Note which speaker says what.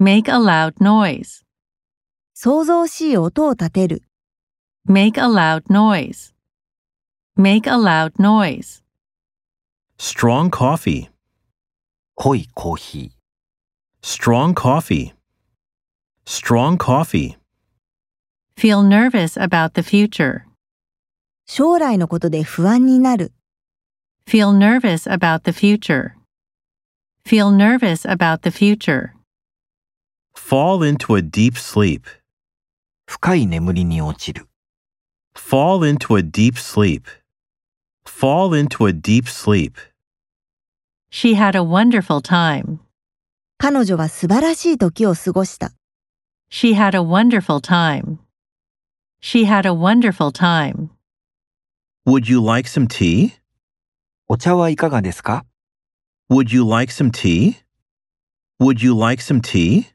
Speaker 1: Make a loud noise.
Speaker 2: 想像しい音を立てる、
Speaker 1: Make a loud noise. Make a loud noise.
Speaker 3: Strong coffee.
Speaker 4: 濃いコーヒー。
Speaker 3: Strong coffee. Strong coffee.
Speaker 1: Feel nervous about the future.
Speaker 2: 将来のことで不安になる、
Speaker 1: Feel nervous about the future. Feel nervous about the future.
Speaker 3: Fall into a deep sleep.
Speaker 4: 深い眠りに落ちる。
Speaker 3: Fall into a deep sleep. Fall into a deep sleep.
Speaker 1: She had a wonderful time.
Speaker 2: 彼女は素晴らしい時を過ごした。
Speaker 1: She had a wonderful time. She had a wonderful time.
Speaker 3: Would you like some tea?
Speaker 4: お茶はいかがですか
Speaker 3: Would you like some tea? Would you like some tea?